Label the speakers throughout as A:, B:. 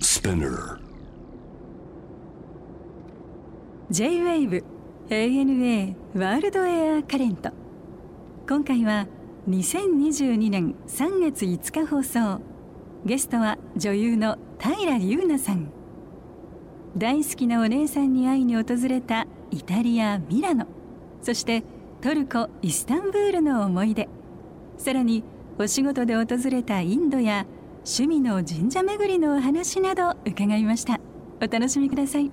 A: Spinner.
B: J-WAVE ANA ワールドエアカレント今回は2022年3月5日放送ゲストは女優の平優奈さん大好きなお姉さんに会いに訪れたイタリア・ミラノそしてトルコ・イスタンブールの思い出さらにお仕事で訪れたインドや趣味の神社巡りのお話など伺いましたお楽しみください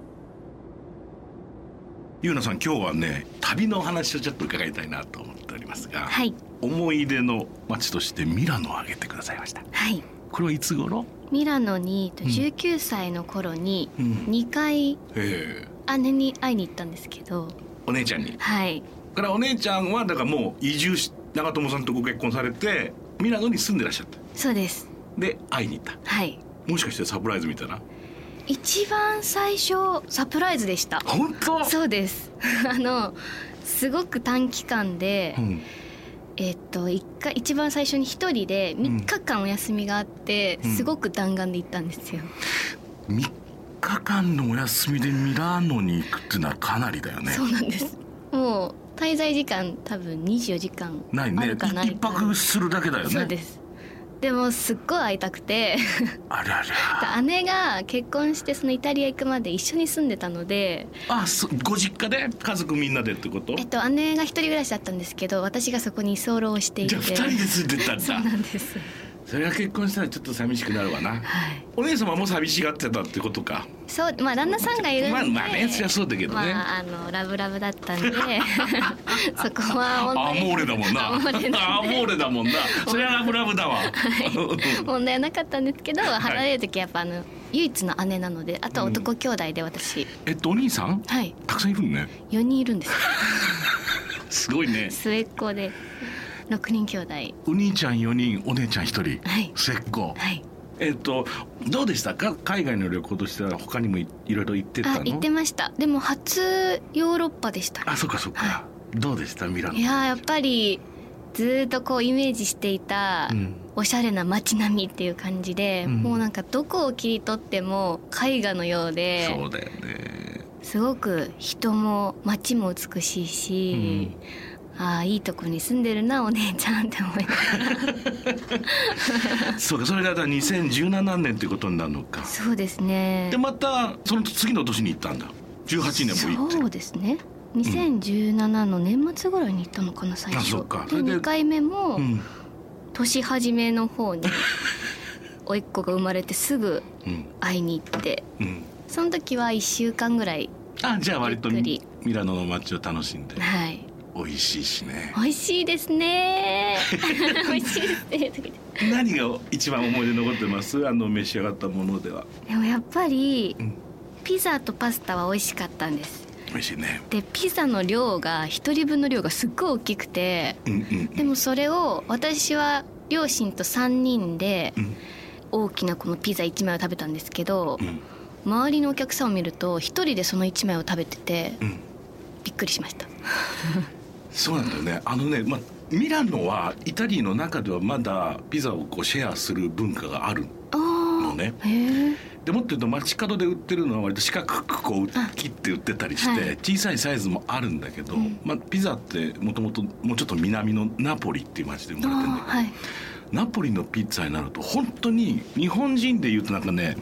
C: ゆうなさん今日はね旅のお話をちょっと伺いたいなと思っておりますが、
D: はい
C: 思い出の街としてミラノを挙げてくださいました
D: はい
C: これはいつ頃、
D: ミラノにえっと19歳の頃に
C: うん、
D: 2回
C: ええ
D: 姉に会いに行ったんですけど
C: お姉ちゃんに
D: はい
C: だからお姉ちゃんはだからもう移住し長友さんとご結婚されてミラノに住んでらっしゃった
D: そうです
C: で会いに行った
D: はい
C: もしかしてサプライズみたいな
D: 一番最初サプライズでした
C: 本当
D: そうです あのすごく短期間で、
C: うん、
D: えっと一回一番最初に一人で3日間お休みがあって、
C: うん
D: すごく弾丸で行ったんですよ、
C: 3日間のお休みでミラノに行くっていうのはかなりだよね
D: そうなんですもう滞在時間多分24時間
C: ない
D: あ
C: ね
D: るかない
C: 一泊するだけだよね
D: そうですでもすっごい会いたくて
C: あらら
D: 姉が結婚してそのイタリア行くまで一緒に住んでたので、
C: あそご実家で家族みんなでってこと
D: えっと、姉が一人暮らしだったんですけど私がそこに居候してい
C: じ
D: て
C: ゃあ2人で住んでたん
D: そう
C: だ
D: なんです
C: それは結婚したらちょっと寂しくなるわな
D: はい
C: お姉様も寂しがってたってことか
D: そうまあ旦那さんがいるんで
C: まあまあねそりゃそうだけどね
D: まあ、あのラブラブだった んでそこは
C: あ
D: 問
C: ア
D: 題
C: モーレだもん な
D: アモーレ
C: あアモーレだもんなそれはラブラブだわ、
D: 問題はなかったんですけど
C: い
D: 離れる時はやっぱあの唯一の姉なのであとは男兄弟で私、
C: えっとお兄さん
D: はい
C: たくさんいるのね
D: 4人いる んですよ
C: すごいね
D: 末っ子で6人兄弟
C: お兄ちゃん4人お姉ちゃん1人
D: はい
C: 末っ子
D: はい
C: えっとどうでしたか海外の旅行としては他にもいいろいろ行ってた
D: あ
C: の
D: 行ってましたでも初ヨーロッパでした
C: あそっかそっか、
D: は
C: どうでしたミラノ
D: いやーやっぱりずーっとこうイメージしていた
C: うん
D: おしゃれな街並みっていう感じで、
C: うん
D: もうなんかどこを切り取っても絵画のようで
C: そうだよね
D: すごく人も街も美しいし、ああいいとこに住んでるなお姉ちゃんって思いながら
C: そうかそれがだから2017年ってことになるの か
D: そうですね
C: でまたその次の年に行ったんだ18年も行って
D: そうですね2017の年末ぐらいに行ったのかな最
C: あ
D: 初
C: そっかそ
D: で
C: れで
D: 2回目も
C: うん
D: 年始めの方に甥っ子が生まれてすぐ
C: うん
D: 会いに行って
C: うん
D: その時は1週間ぐらい
C: あじゃあ割と
D: ゆっ
C: ミ
D: くり
C: ミラノの街を楽しんで
D: はい
C: 美味しいしね
D: 美味しいですね 美味しいですね
C: 何が一番思い出残ってますあの召し上がったものでは
D: でもやっぱり
C: うん
D: ピザとパスタは美味しかったんです
C: 美味しいね
D: でピザの量が1人分の量がすっごい大きくて
C: うんうん
D: でもそれを私は両親と3人で
C: うん
D: 大きなこのピザ1枚を食べたんですけど
C: うん
D: 周りのお客さんを見ると1人でその1枚を食べてて
C: うん
D: びっくりしました
C: そうなんだよねあのねまあミラノはイタリアの中ではまだピザをこうシェアする文化があるの
D: あ
C: ね
D: あへえ
C: でもっと言うと街角で売ってるのは割と四角くこう切って売ってたりして、
D: はい
C: 小さいサイズもあるんだけど、
D: うん
C: まあ、ピザってもともともうちょっと南のナポリっていう街で生まれてるんだけど、
D: はい
C: ナポリのピッツァになると本当に日本人でいうとなんかね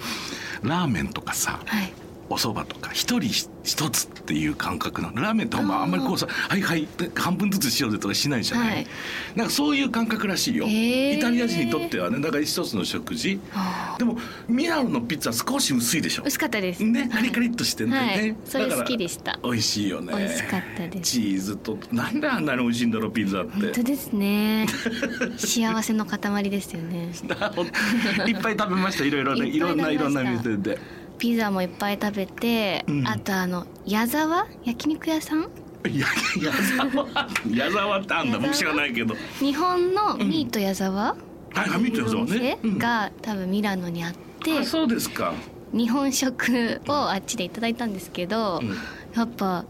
C: ラーメンとかさ
D: はい
C: お蕎麦とか一人ひ一つっていう感覚なのラーメンってほんまあんまりこうさ「はいはい半分ずつ塩で」とかしないじゃない、
D: はい
C: なんかそういう感覚らしいよ、
D: へー
C: イタリア人にとってはねだから一つの食事
D: あ
C: でもミラノのピッツァ少し薄いでしょ
D: ー薄かったです
C: ね、カリカリっとしてんだよね、
D: はいそれ
C: だから
D: 好きでした
C: 美味しいよね
D: 美味しかったです
C: チーズとなんであんなに美味しいんだろうピザっ
D: 本当
C: て
D: ですね幸せの塊ですよね
C: いっぱい食べましたいろいろねい
D: いっ
C: ろ
D: ぱい食
C: ん
D: べま
C: な
D: した
C: いろんな店で
D: ピザもいっぱい食べて、
C: うん
D: あとあの矢沢焼肉屋さん
C: いや矢沢矢沢ってあんだ
D: 矢沢
C: 僕知らないけど
D: 日本のミート矢沢、
C: はいはい見てます
D: お
C: わ
D: 店
C: ね、うん
D: が多分ミラノにあって
C: あそうですか、
D: 日本食をあっちでいただいたんですけど、
C: うん
D: やっぱ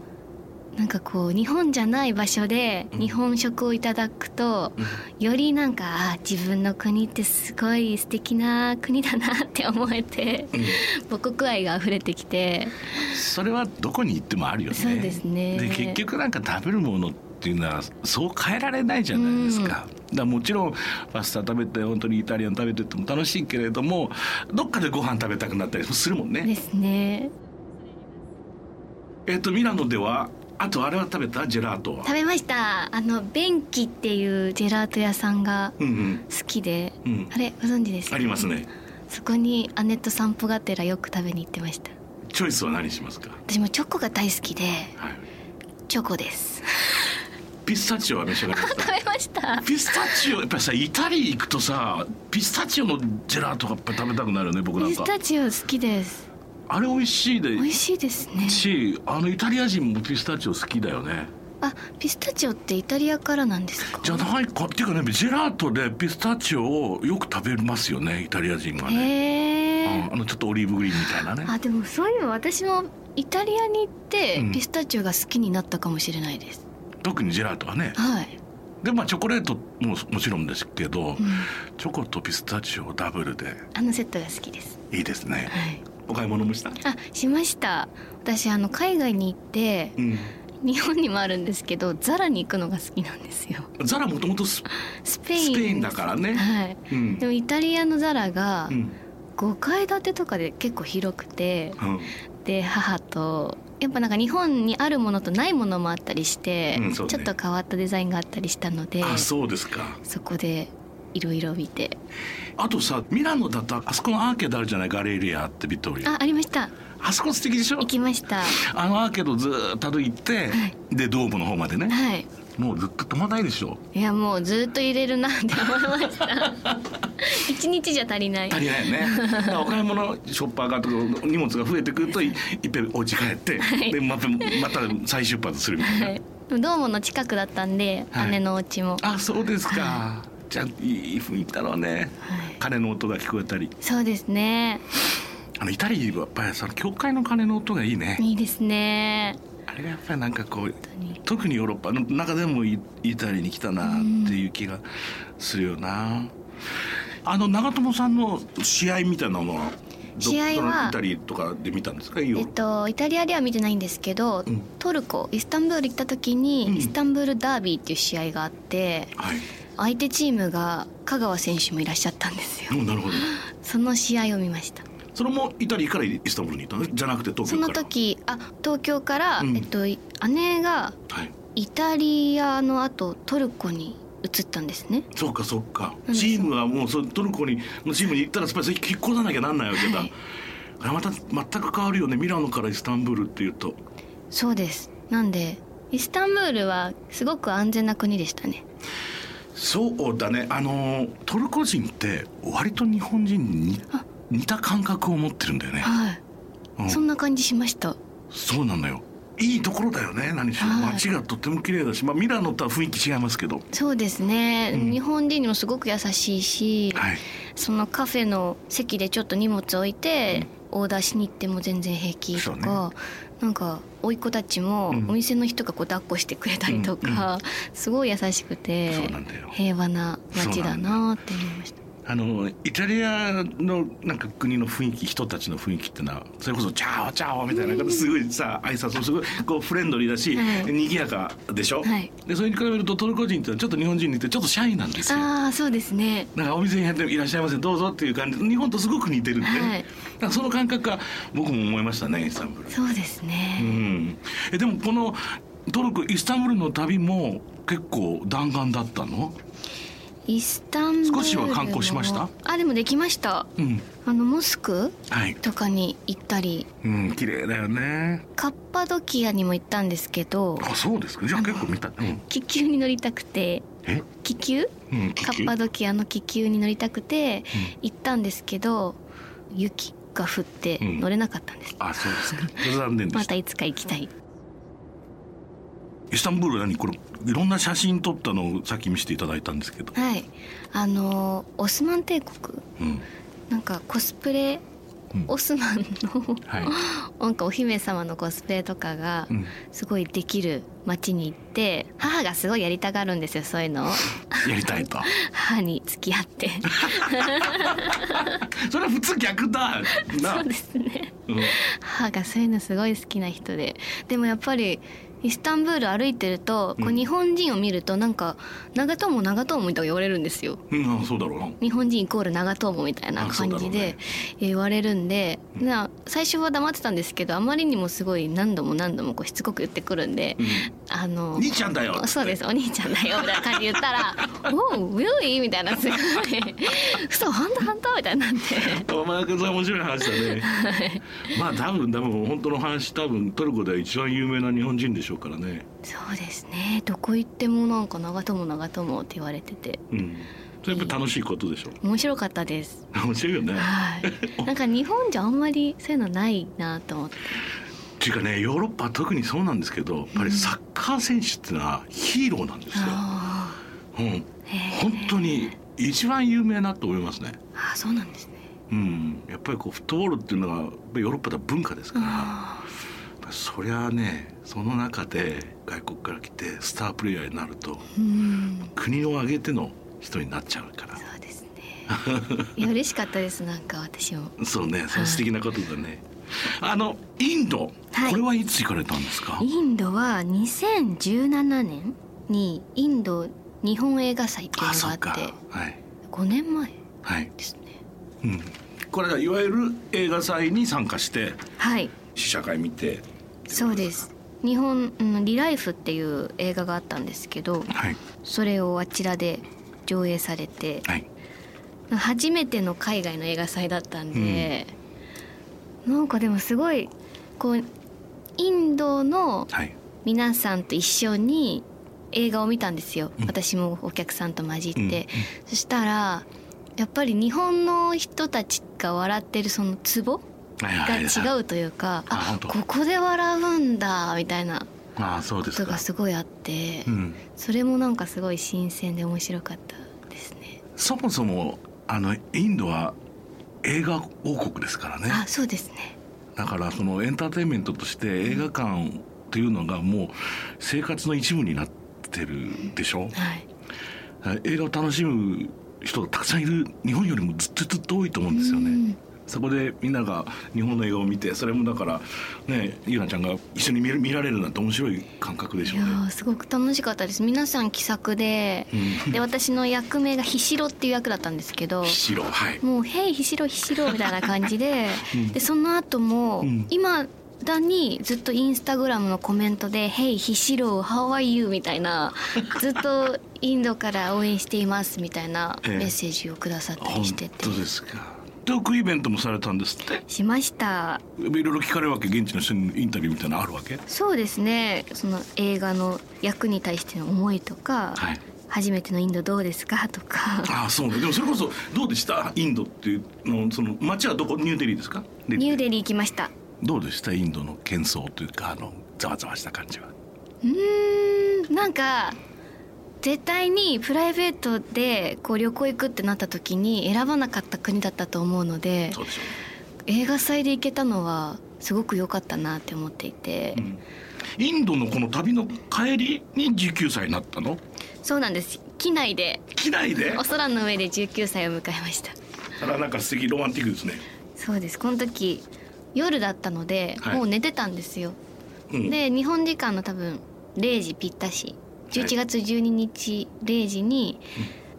D: なんかこう日本じゃない場所で
C: うん
D: 日本食をいただくと、
C: うん
D: よりなんかあー自分の国ってすごい素敵な国だなって思えて、母国愛が溢れてきて
C: それはどこに行ってもあるよね。
D: そうですね
C: で結局なんか食べるものっていうのはそう変えられないじゃないですか。だからもちろんパスタ食べて本当にイタリアン食べてても楽しいけれどもどっかでご飯食べたくなったりもするもん
D: で
C: ね。
D: すね
C: えっ、とミラノではあとあれは食べたジェラートは。
D: 食べましたあの便器っていうジェラート屋さんが
C: うんうん
D: 好きで、
C: うん
D: あれご存知ですか
C: ありますね。
D: そこに姉と散歩がてらよく食べに行ってました
C: チョイスは何しますか。
D: 私もチョコが大好きで
C: はい。
D: チョコです
C: ピスタチオは召し上がりまし
D: 食
C: た。
D: べました
C: ピスタチオやっぱりさイタリア行くとさピスタチオのジェラートがやっぱ食べたくなるよね僕な
D: ピ
C: ん
D: ス
C: か
D: タチオ好きです
C: あれ美味しいで
D: 美味しいですね
C: しあのイタリア人もピスタチオ好きだよね
D: あピスタチオってイタリアからなんですか
C: じゃないかっていうかねジェラートでピスタチオをよく食べますよねイタリア人は
D: へ
C: ね、
D: え
C: うんあのちょっとオリーブグリーンみたいなね
D: あでもそういえば私もイタリアに行って
C: うん
D: ピスタチオが好きになったかもしれないです、
C: 特にジェラートはね
D: はい、
C: でまあチョコレートももちろんですけど、
D: うん、
C: チョコとピスタチオダブルで
D: あのセットが好きです
C: いいですね
D: はい
C: お買い物もした
D: あしました私あの海外に行って
C: うん
D: 日本にもあるんですけどザラに行くのが好きなんですよ
C: ザラもともとス
D: スペイン
C: スペインだからね
D: はい
C: うん
D: でもイタリアのザラが
C: うん
D: 5階建てとかで結構広くて
C: うん
D: で母とやっぱなんか日本にあるものとないものもあったりして、
C: うんそうね
D: ちょっと変わったデザインがあったりしたので
C: あそうですか
D: そこでいろいろ見て
C: あとさミラノだとあそこのアーケードあるじゃないガレリアってビットーリア
D: あありました
C: あそこ素敵でしょ
D: 行きましたは
C: あのアーケードずーっと歩いて、
D: はい
C: でドームの方までね
D: い
C: もうずっと止まらないでしょ
D: いやもうずっと入れるなって思いました一日じゃ足りない
C: 足りないよねだからお買い物ショッパーがとか荷物が増えてくるといいっぺんお家帰って、
D: い
C: でまたまた再出発するみたいな、
D: はいでもドームの近くだったんで、
C: はい
D: 姉のお家も、は
C: あそうですか、じゃあいい雰囲気だろうね
D: い、
C: 鐘の音が聞こえたり
D: そうですね
C: あのイタリアはやっぱりその教会の鐘の音がいいね
D: いいですね
C: あれがやっぱりなんかこう
D: 本当に
C: 特にヨーロッパの中でもイイタリアに来たなっていう気がするよな、あの長友さんの試合みたいなのはど
D: 試合は
C: そのイタリアとかで見たんですかヨーロ
D: えっ
C: ッパ
D: とイタリアでは見てないんですけど、
C: ん
D: トルコイスタンブール行った時
C: うん
D: にイスタンブールダービーっていう試合があって
C: はい
D: 相手チームが香川選手もいらっしゃったんですよ
C: うんなるほど
D: その試合を見ました
C: それもイタリアからイスタンブールに行ったのじゃなくて東
D: そ
C: 京から
D: の時あ東京から、
C: うん
D: えっと、い姉が
C: はい
D: イタリアの後トルコに移ったんですね
C: そうかそうか
D: うん
C: チームはもうそトルコにのチームに行ったらやっぱりそれ引っ越さなきゃなんないわけだ、
D: はい
C: あれまた全く変わるよねミラノからイスタンブールっていうと
D: そうですなんでイスタンブールはすごく安全な国でしたね
C: そうだねあのトルコ人って割と日本人に
D: あ
C: 似た感覚を持ってるんだよね、
D: はい、
C: うん
D: そんな感じしました
C: そうなのよいいところだよね何しろ
D: はい
C: 街がとっても綺麗だし、まあ、ミラノとは雰囲気違いますけど
D: そうですね、
C: うん
D: 日本人にもすごく優しいし、
C: はい
D: そのカフェの席でちょっと荷物置いて、オーダーしに行っても全然平気とか、なんか甥っ子たちも
C: うん
D: お店の人がこう抱っこしてくれたりとか、すごい優しくて
C: そうなんだよ
D: 平和な街だなって思いました
C: あのイタリアのなんか国の雰囲気人たちの雰囲気ってのはそれこそ「チャオチャオ」みたいな感じですごいさ挨拶もすごいこうフレンドリーだし、
D: はい
C: 賑やかでしょ、
D: はい
C: でそれに比べるとトルコ人ってのはちょっと日本人に似てちょっとシャイなんですよ
D: ああーそうですね
C: なんかお店に入っていらっしゃいませどうぞっていう感じ日本とすごく似てるんで、ね
D: は
C: だ
D: い
C: からその感覚が僕も思いましたねイスタンブール。
D: そうです
C: う
D: ね、
C: ん、えでもこのトルコイスタンブールの旅も結構弾丸だったの、
D: イスタンブールの
C: 少しは観光しました
D: あでもできました
C: うん
D: あのモスク
C: はい
D: とかに行ったり
C: うん綺麗だよね
D: カッパドキアにも行ったんですけど
C: あそうですかじゃあ結構見た、うん、
D: 気球に乗りたくて
C: え、
D: 気球
C: うん、気
D: カ
C: 球
D: ッパドキアの気球に乗りたくて行ったんですけど雪が降って
C: うん
D: 乗れなかったんです、
C: あ そうですか残念で
D: ま
C: した
D: たいつか行きたい
C: イスタンブールは何これいろんな写真撮ったのをさっき見せていただいたんですけど、
D: はいあのオスマン帝国
C: うん、
D: なんかコスプレ
C: うん
D: オスマンの
C: はい
D: なんかお姫様のコスプレとかが
C: うん
D: すごいできる町に行って母がすごいやりたがるんですよそういうのを
C: やりた いと
D: 母に付き合って
C: それは普通逆だな
D: そうですね
C: うん
D: 母がそういうのすごい好きな人ででもやっぱりイスタンブール歩いてるとこう
C: うん
D: 日本人を見るとなんか長友長友みたいに言われるんですよ
C: うん、そうだろうな
D: 日本人イコール長友みたいな感
C: あそ
D: じ
C: うだろう
D: で
C: ね
D: 言われるんで、な最初は黙ってたんですけどあまりにもすごい何度も何度もこうしつこく言ってくるんで、
C: う
D: あの
C: ん兄ちゃんだよ
D: そうですすお兄ちゃんだよみたいな感じで言ったら「おうウィルイ」みたいなすごい 「嘘本当本当」みたいになって
C: お前くんさん面白い話だ ねまあ多分多分本当の話多分トルコでは一番有名な日本人でしょうからね
D: そうですねどこ行ってもなんか長友長友って言われてて
C: うんそれやっぱ楽しいことでしょ
D: 面白かったです
C: 面白いよね
D: はいなんか日本じゃあんまりそういうのないなと思って
C: っていうかねヨーロッパは特にそうなんですけどやっぱりサッカー選手ってのはヒーローなんですよ、
D: あ
C: うん、
D: ーへー
C: 本当に一番有名なと思いますね
D: あーそうなんですね
C: うん、やっぱりこうフットボールっていうのがやっぱりヨーロッパでは文化ですから
D: あ
C: そりゃあねその中で外国から来てスタープレイヤーになると
D: ーうん
C: 国を挙げての人になっちゃうから
D: そうですねいや嬉しかったですなんか私も
C: そうねその素敵なことだねあのインド、
D: はい
C: これはいつ行かれたんですか
D: インドは2017年にインド日本映画祭っていう
C: あ
D: の
C: そっ
D: があ
C: か
D: って
C: はい
D: 5年前
C: はい、
D: ですね
C: うん、これがいわゆる映画祭に参加して
D: はい
C: 試写会見て
D: そうです日本、うん、リライフっていう映画があったんですけど
C: はい
D: それをあちらで上映されて
C: はい
D: 初めての海外の映画祭だったんで、なんかでもすごいこうインドの
C: はい
D: 皆さんと一緒に映画を見たんですよ、
C: うん
D: 私もお客さんと混じって、
C: うんうん
D: そしたらやっぱり日本の人たちが笑ってるそのツボ
C: はい
D: が
C: はい
D: 違うというか、
C: あ本
D: あ
C: 当
D: ここで笑うんだみたいな
C: ああそうで
D: こ
C: す
D: と
C: か
D: がすごいあって、
C: うん
D: それもなんかすごい新鮮で面白かったですね。
C: そもそもあのインドは映画王国ですからね
D: あそうですね
C: だからそのエンターテインメントとして映画館っていうのがもう生活の一部になってるでしょ
D: はい
C: 映画を楽しむ人がたくさんいる日本よりもずっとずっと多いと思うんですよね、
D: うん
C: そこでみんなが日本の映画を見てそれもだからねゆうなちゃんが一緒に見る見られるなんて面白い感覚でし
D: い
C: ょう
D: や
C: ね
D: ーすごく楽しかったです皆さん気さくで
C: うん
D: で私の役名がひしろっていう役だったんですけど
C: ひしろはい
D: もう「へいひしろひしろ」みたいな感じで
C: うん
D: でその後も
C: うん
D: 今だにずっとインスタグラムのコメントで「へいひしろ How are you」みた いなずっとインドから応援していますみたいな
C: え
D: メ
C: え
D: ッセージをくださった
C: 本
D: りしてて
C: 当ですかトークイベントもされたんですって
D: しました
C: いろいろ聞かれるわけ現地の人にインタビューみたいなのあるわけ
D: そうですねその映画の役に対しての思いとか
C: はい
D: 「初めてのインドどうですか?」とか
C: ああそうねでもそれこそどうでしたインドっていうのその街はどこニューデリーですかで
D: ニューデリー行きました
C: どうでしたインドの喧騒というかあのざわざわした感じは
D: うーんなんか絶対にプライベートでこう旅行行くってなった時に選ばなかった国だったと思うので
C: そうでしょ
D: 映画祭で行けたのはすごく良かったなって思っていて、
C: う、ねうん、インドのこの旅の帰りに19歳になったの
D: そうなんです機内で
C: 機内で
D: お空の上で19歳を迎えました
C: あらなんか素敵ロマンティックですね、
D: そうですこの時夜だったので、
C: はい
D: もう寝てたんですよ
C: うん、
D: で日本時間の多分0時ぴったし11月12日0時に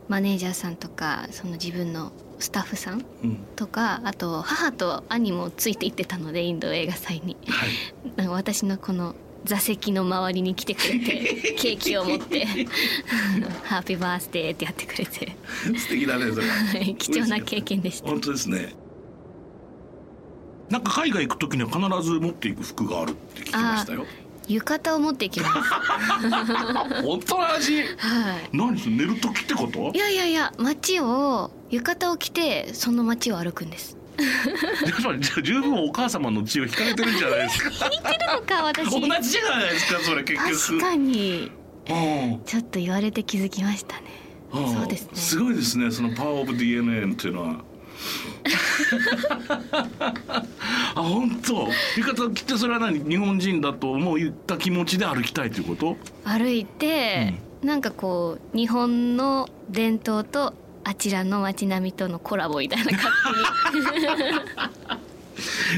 D: マネージャーさんとかその自分のスタッフさん
C: うん
D: とかあと母と兄もついて行ってたのでインド映画祭に
C: はい、
D: なんか私のこの座席の周りに来てくれ てケーキを持って 「ハッピーバースデー」ってやってくれて
C: 素敵だねそれ
D: はい貴重な経験でした
C: 本当ですねなんか海外行く時には必ず持っていく服があるって聞きましたよ
D: 浴衣を持っていき ます
C: 本当の話
D: はい
C: 何それ寝る時ってこと
D: いやいやいや街を浴衣を着てその街を歩くんです
C: やっぱりじゃあ十分お母様の血を引かれてるんじゃないですか
D: なのか 私
C: 同じじゃないですかそれ結
D: 確
C: 局
D: かに
C: うん
D: ちょっと言われて気づきましたね
C: ん
D: そうですね
C: すごいですねそのパワーオブ DNA っていうのはあ本当浴衣着てそれは何日本人だと思う言った気持ちで歩きたいということ
D: 歩いて、なんかこう日本の伝統とあちらの街並みとのコラボみたいな感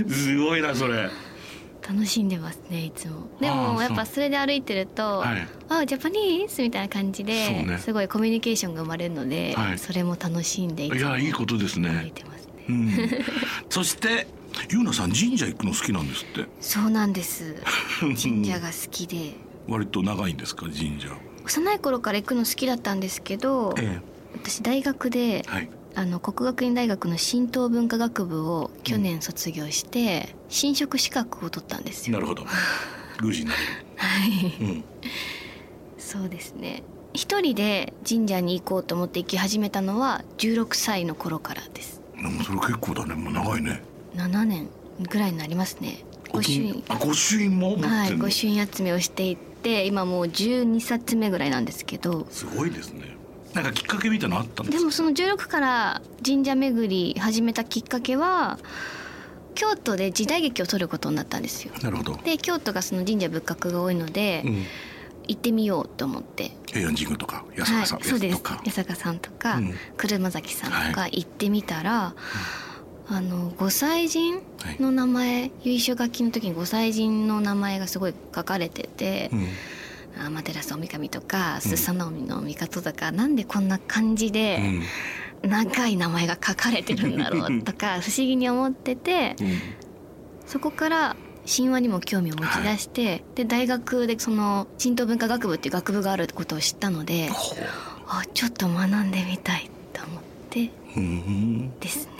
C: すごいなそれ
D: じ楽しんでますねい つもで
C: あ
D: も
C: あ
D: やっぱ
C: そ
D: それで歩いてると「
C: はい
D: あジャパニーズ」みたいな感じで、
C: そうね
D: すごいコミュニケーションが生まれるので、
C: はい
D: それも楽しんでい
C: い
D: つも
C: やいいことです
D: 歩い
C: ね、
D: てますね
C: うん、そしてゆうなさん神社行くの好きなんですって
D: そうなんです 神社が好きで
C: 割と長いんですか神社
D: 幼い頃から行くの好きだったんですけど、
C: え
D: 私大学で、
C: はい
D: あの国学院大学の神道文化学部を去年卒業して、神職資格を取ったんですよ
C: なるほど宮司になる
D: はい
C: うん
D: そうですね一人で神社に行こうと思って行き始めたのは16歳の頃からです
C: でもそれ結構だねもう長いね
D: 7年ぐらいになりますね
C: お
D: 御朱
C: 金
D: 印
C: あ御朱印も持ってるの、
D: はい御朱印集めをしていって今もう12冊目ぐらいなんですけど
C: すごいですねなんかきっかけみたいなのあったんで
D: です
C: か
D: もその16から神社巡り始めたきっかけは京都で時代劇を撮ることになったんですよ
C: なるほど、
D: で京都がその神社仏閣が多いので、
C: うん、
D: 行ってみようと思って
C: 平安神宮とか安坂
D: はい
C: さん、
D: そうで
C: と
D: す
C: か
D: 八坂さんとか、
C: うん
D: 車崎さんとか行ってみたら、あの御祭神
C: はい
D: の名前、由緒書きの時に御祭神の名前がすごい書かれてて
C: う、ん
D: あ天照大神とか
C: うん
D: スサノオの帝とか、なんでこんな感じ
C: う
D: で
C: ん
D: 長い名前が書かれてるんだろうと か不思議に思ってて
C: うん
D: そこから神話にも興味を持ち出して、で大学でその神道文化学部っていう学部があることを知ったので。
C: ほ
D: あちょっと学んでみたいと思って
C: ううん
D: ですね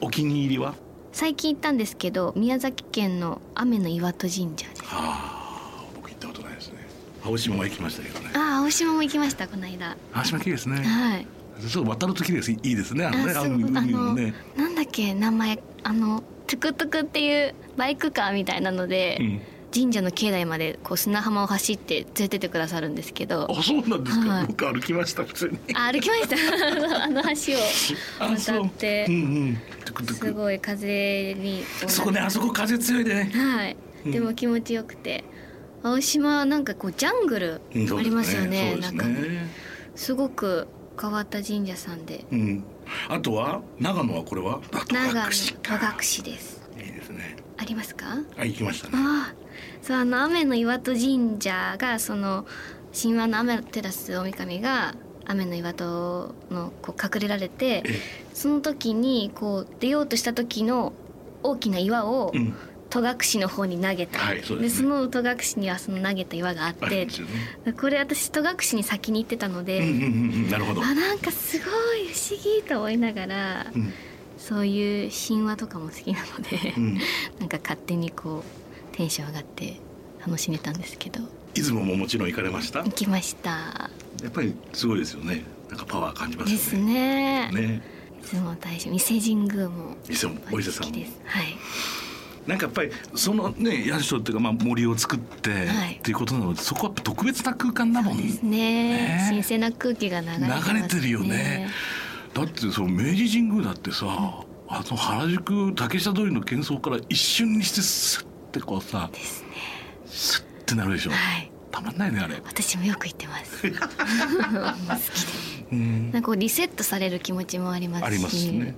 C: お気に入りは
D: 最近行ったんですけど宮崎県の雨の岩戸神社です
C: あー僕行ったことないですね青島は行きましたけどね
D: ああ青島も行きましたこの間
C: 青島綺麗ですね
D: はい
C: そう渡ると綺麗ですいいですねあ
D: あ
C: のね
D: すごい
C: の
D: あの、
C: ね
D: なんだっけ名前あのトゥクトゥクっていうバイクカーみたいなので、
C: うん
D: 神社の境内までこう砂浜を走って連れてってくださるんですけど
C: あそうなんですか、
D: はい
C: 僕歩きました普通に
D: あ歩きました あの橋を
C: あそう
D: 渡って
C: うんうんトゥクト
D: す
C: ゥク
D: ごい風に
C: そこねあそこ風強いでね
D: はい、
C: うん
D: でも気持ちよくて青島はなんかこうジャングル
C: うんそう
D: あ
C: で
D: りますよね,、
C: そうで
D: な
C: す
D: んかね
C: ね
D: すごく変わった神社さんで
C: うんあとは長野はこれはあ戸
D: 長野
C: 隠し
D: 戸隠しです
C: いいですね
D: ありますか
C: あ行きましたね
D: ああそうあの雨の岩戸神社がその神話の雨のテラス大神が雨の岩戸のこう隠れられて
C: え
D: その時にこう出ようとした時の大きな岩を
C: うん
D: 戸隠の方に投げた、
C: はいそう
D: で
C: です
D: そ
C: ね
D: の戸隠にはその投げた岩があっ
C: ある
D: て
C: んですよね
D: これ私戸隠に先に行ってたの
C: うんう
D: で、
C: んうんうんなるほど
D: あなんかすごい不思議と思いながら、
C: うん
D: そういう神話とかも好きなので、
C: うん
D: なんか勝手にこうテンション上がって楽しめたんですけど
C: 出雲ももちろん行かれました
D: 行きました
C: やっぱりすごいですよねなんかパワー感じま
D: ですす
C: よね
D: ね
C: ね
D: いつも大師伊勢神宮も
C: 伊勢もお伊勢さん
D: 好
C: も
D: きですはい
C: なんかやっぱりそのね社っていうかまあ森を作って、
D: はい
C: っていうことなのでそこは特別な空間だもん
D: ですね
C: ね
D: 神聖な空気が流れてます、
C: 流れてるよねだってその明治神宮だってさ、あの原宿竹下通りの喧騒から一瞬にしてスッてこうさ
D: ですね
C: スッてなるでしょ
D: はい
C: たまんないねあれ
D: 私もよく行ってま すもう好きです
C: うん
D: なんかこうリセットされる気持ちもありますし
C: ありますね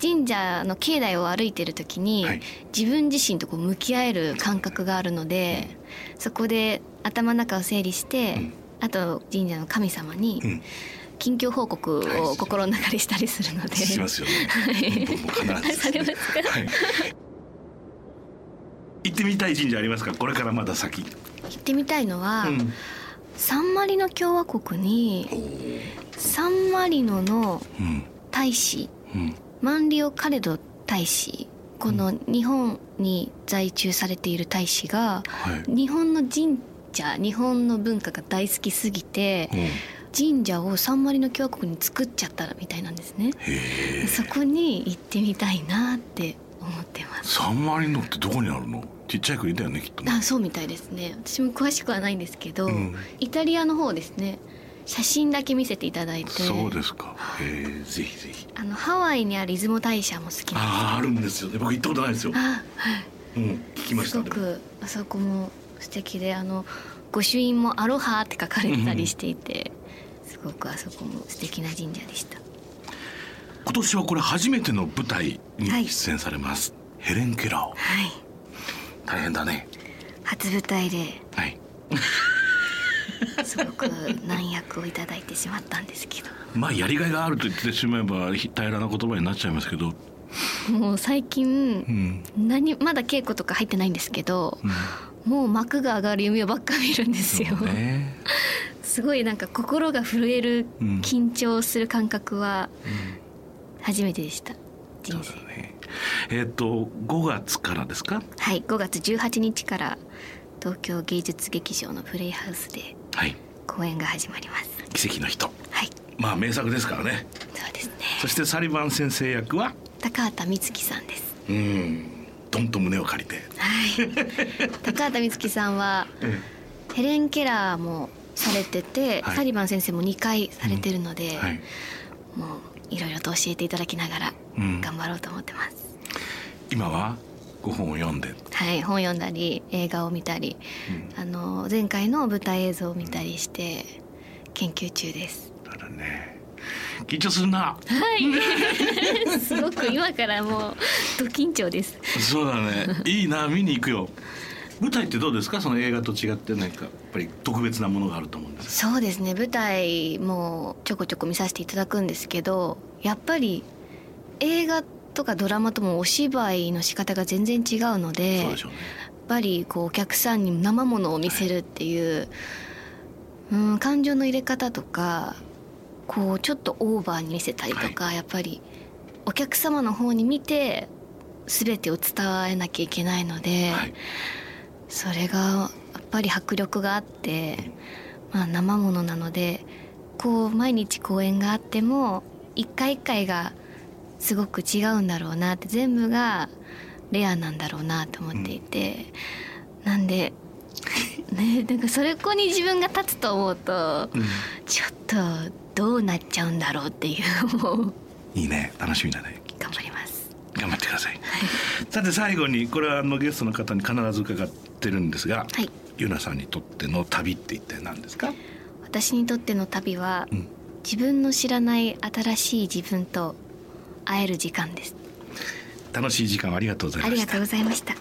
D: 神社の境内を歩いてる時に、
C: はい
D: 自分自身とこう向き合える感覚があるので、そこで頭の中を整理して、
C: うん
D: あと神社の神様
C: う
D: に
C: ん
D: 近況報告
C: は
D: を
C: い
D: 心の中でしたりするので、
C: し ますよね、僕も必ず
D: され
C: で
D: ます
C: ね
D: すか
C: はい行ってみたい神社ありますかこれからまだ先
D: 行ってみたいのは、
C: うん
D: サンマリノ共和国にサンマリノの
C: うん
D: 大使
C: うん
D: マンリオ・カレド大使この日本に在住されている大使が、
C: はい
D: 日本の神社日本の文化が大好きすぎて
C: うん
D: 神社をサンマリノ共和国に作っちゃったみたいなんですね
C: へえ
D: そこに行ってみたいなって思ってます
C: サンマリノってどこにあるのちっちゃい国だよねきっとね
D: あそうみたいですね私も詳しくはないんですけど、
C: うん
D: イタリアの方ですね写真だけ見せていただいて
C: そうですか。えー、ぜひぜひ。
D: あのハワイにある出雲大社も好きなんです
C: あああるんですよね。僕行ったことないですよ。
D: あはい
C: うん聞きますした。
D: ごくあそこも素敵であの御朱印も「アロハ」って書かれてたりしていて、すごくあそこも素敵な神社でした
C: 今年はこれ初めての舞台に出演されます。ヘレンケラー。
D: はい
C: 大変だね。
D: 初舞台で
C: はい。
D: すごく難役をいただいてしまったんですけど
C: まあやりがいがあると言ってしまえばひ平らな言葉になっちゃいますけど。
D: もう最
C: う
D: 近
C: ん。
D: 何まだ稽古とか入ってないんですけど
C: うん
D: もう幕が上がる夢ばっか見るんですよ、
C: そうね。
D: すごいなんか心が震える
C: うん
D: 緊張する感覚は初めてでした
C: そ
D: 人
C: う
D: 生
C: だね。えっ、と5月からですか。
D: はい5月18日から東京芸術劇場のプレイハウスで
C: はい。
D: 公演が始まります
C: 奇跡の人。
D: はい
C: まあ名作ですからね。
D: そうですね
C: そしてサリバン先生役は。
D: 高畑充希さんです
C: うん。どんと胸を借りて。
D: はい 高畑充希さんはヘレン・ケラーもされてて、
C: はい
D: サリバン先生も2回されてるので、
C: はい。
D: もういろいろと教えていただきながら
C: うん
D: 頑張ろうと思ってます、
C: 今は5本を読んで。
D: はい本読んだり映画を見たり、あの前回の舞台映像を見たりして研究中です
C: だからね。緊張するな。
D: すごく今からもうド緊張です
C: そうだね。いいな見に行くよ。舞台ってどうですかその映画と違ってなんかやっぱり特別なものがあると思うんです
D: そうですね舞台もちょこちょこ見させていただくんですけどやっぱり映画とかドラマともお芝居の仕方が全然違うので
C: そうでしょうね
D: やっぱりこうお客さんに生ものを見せるっていう、うん、感情の入れ方とかこうちょっとオーバーに見せたりとか、やっぱりお客様の方に見て全てを伝えなきゃいけないので、
C: はい
D: それがやっぱり迫力があって、まあ、生ものなのでこう毎日公演があっても一回一回がすごく違うんだろうなって全部がレアなんだろうなと思っていて、なんで ねなんかそれこに自分が立つと思うと、ちょっとどうなっちゃうんだろうっていうもう
C: いいね楽しみだね
D: 頑張ります。
C: 頑張ってくださいさて最後にこれはあのゲストの方に必ず伺ってるんですが、
D: はい
C: ゆなさんにとっての旅って一体何ですか、
D: 私にとっての旅は、
C: うん
D: 自分の知らない新しい自分と会える時間です
C: 楽しい時間をありがとうござい
D: あ
C: まし
D: りが
C: た
D: とうございました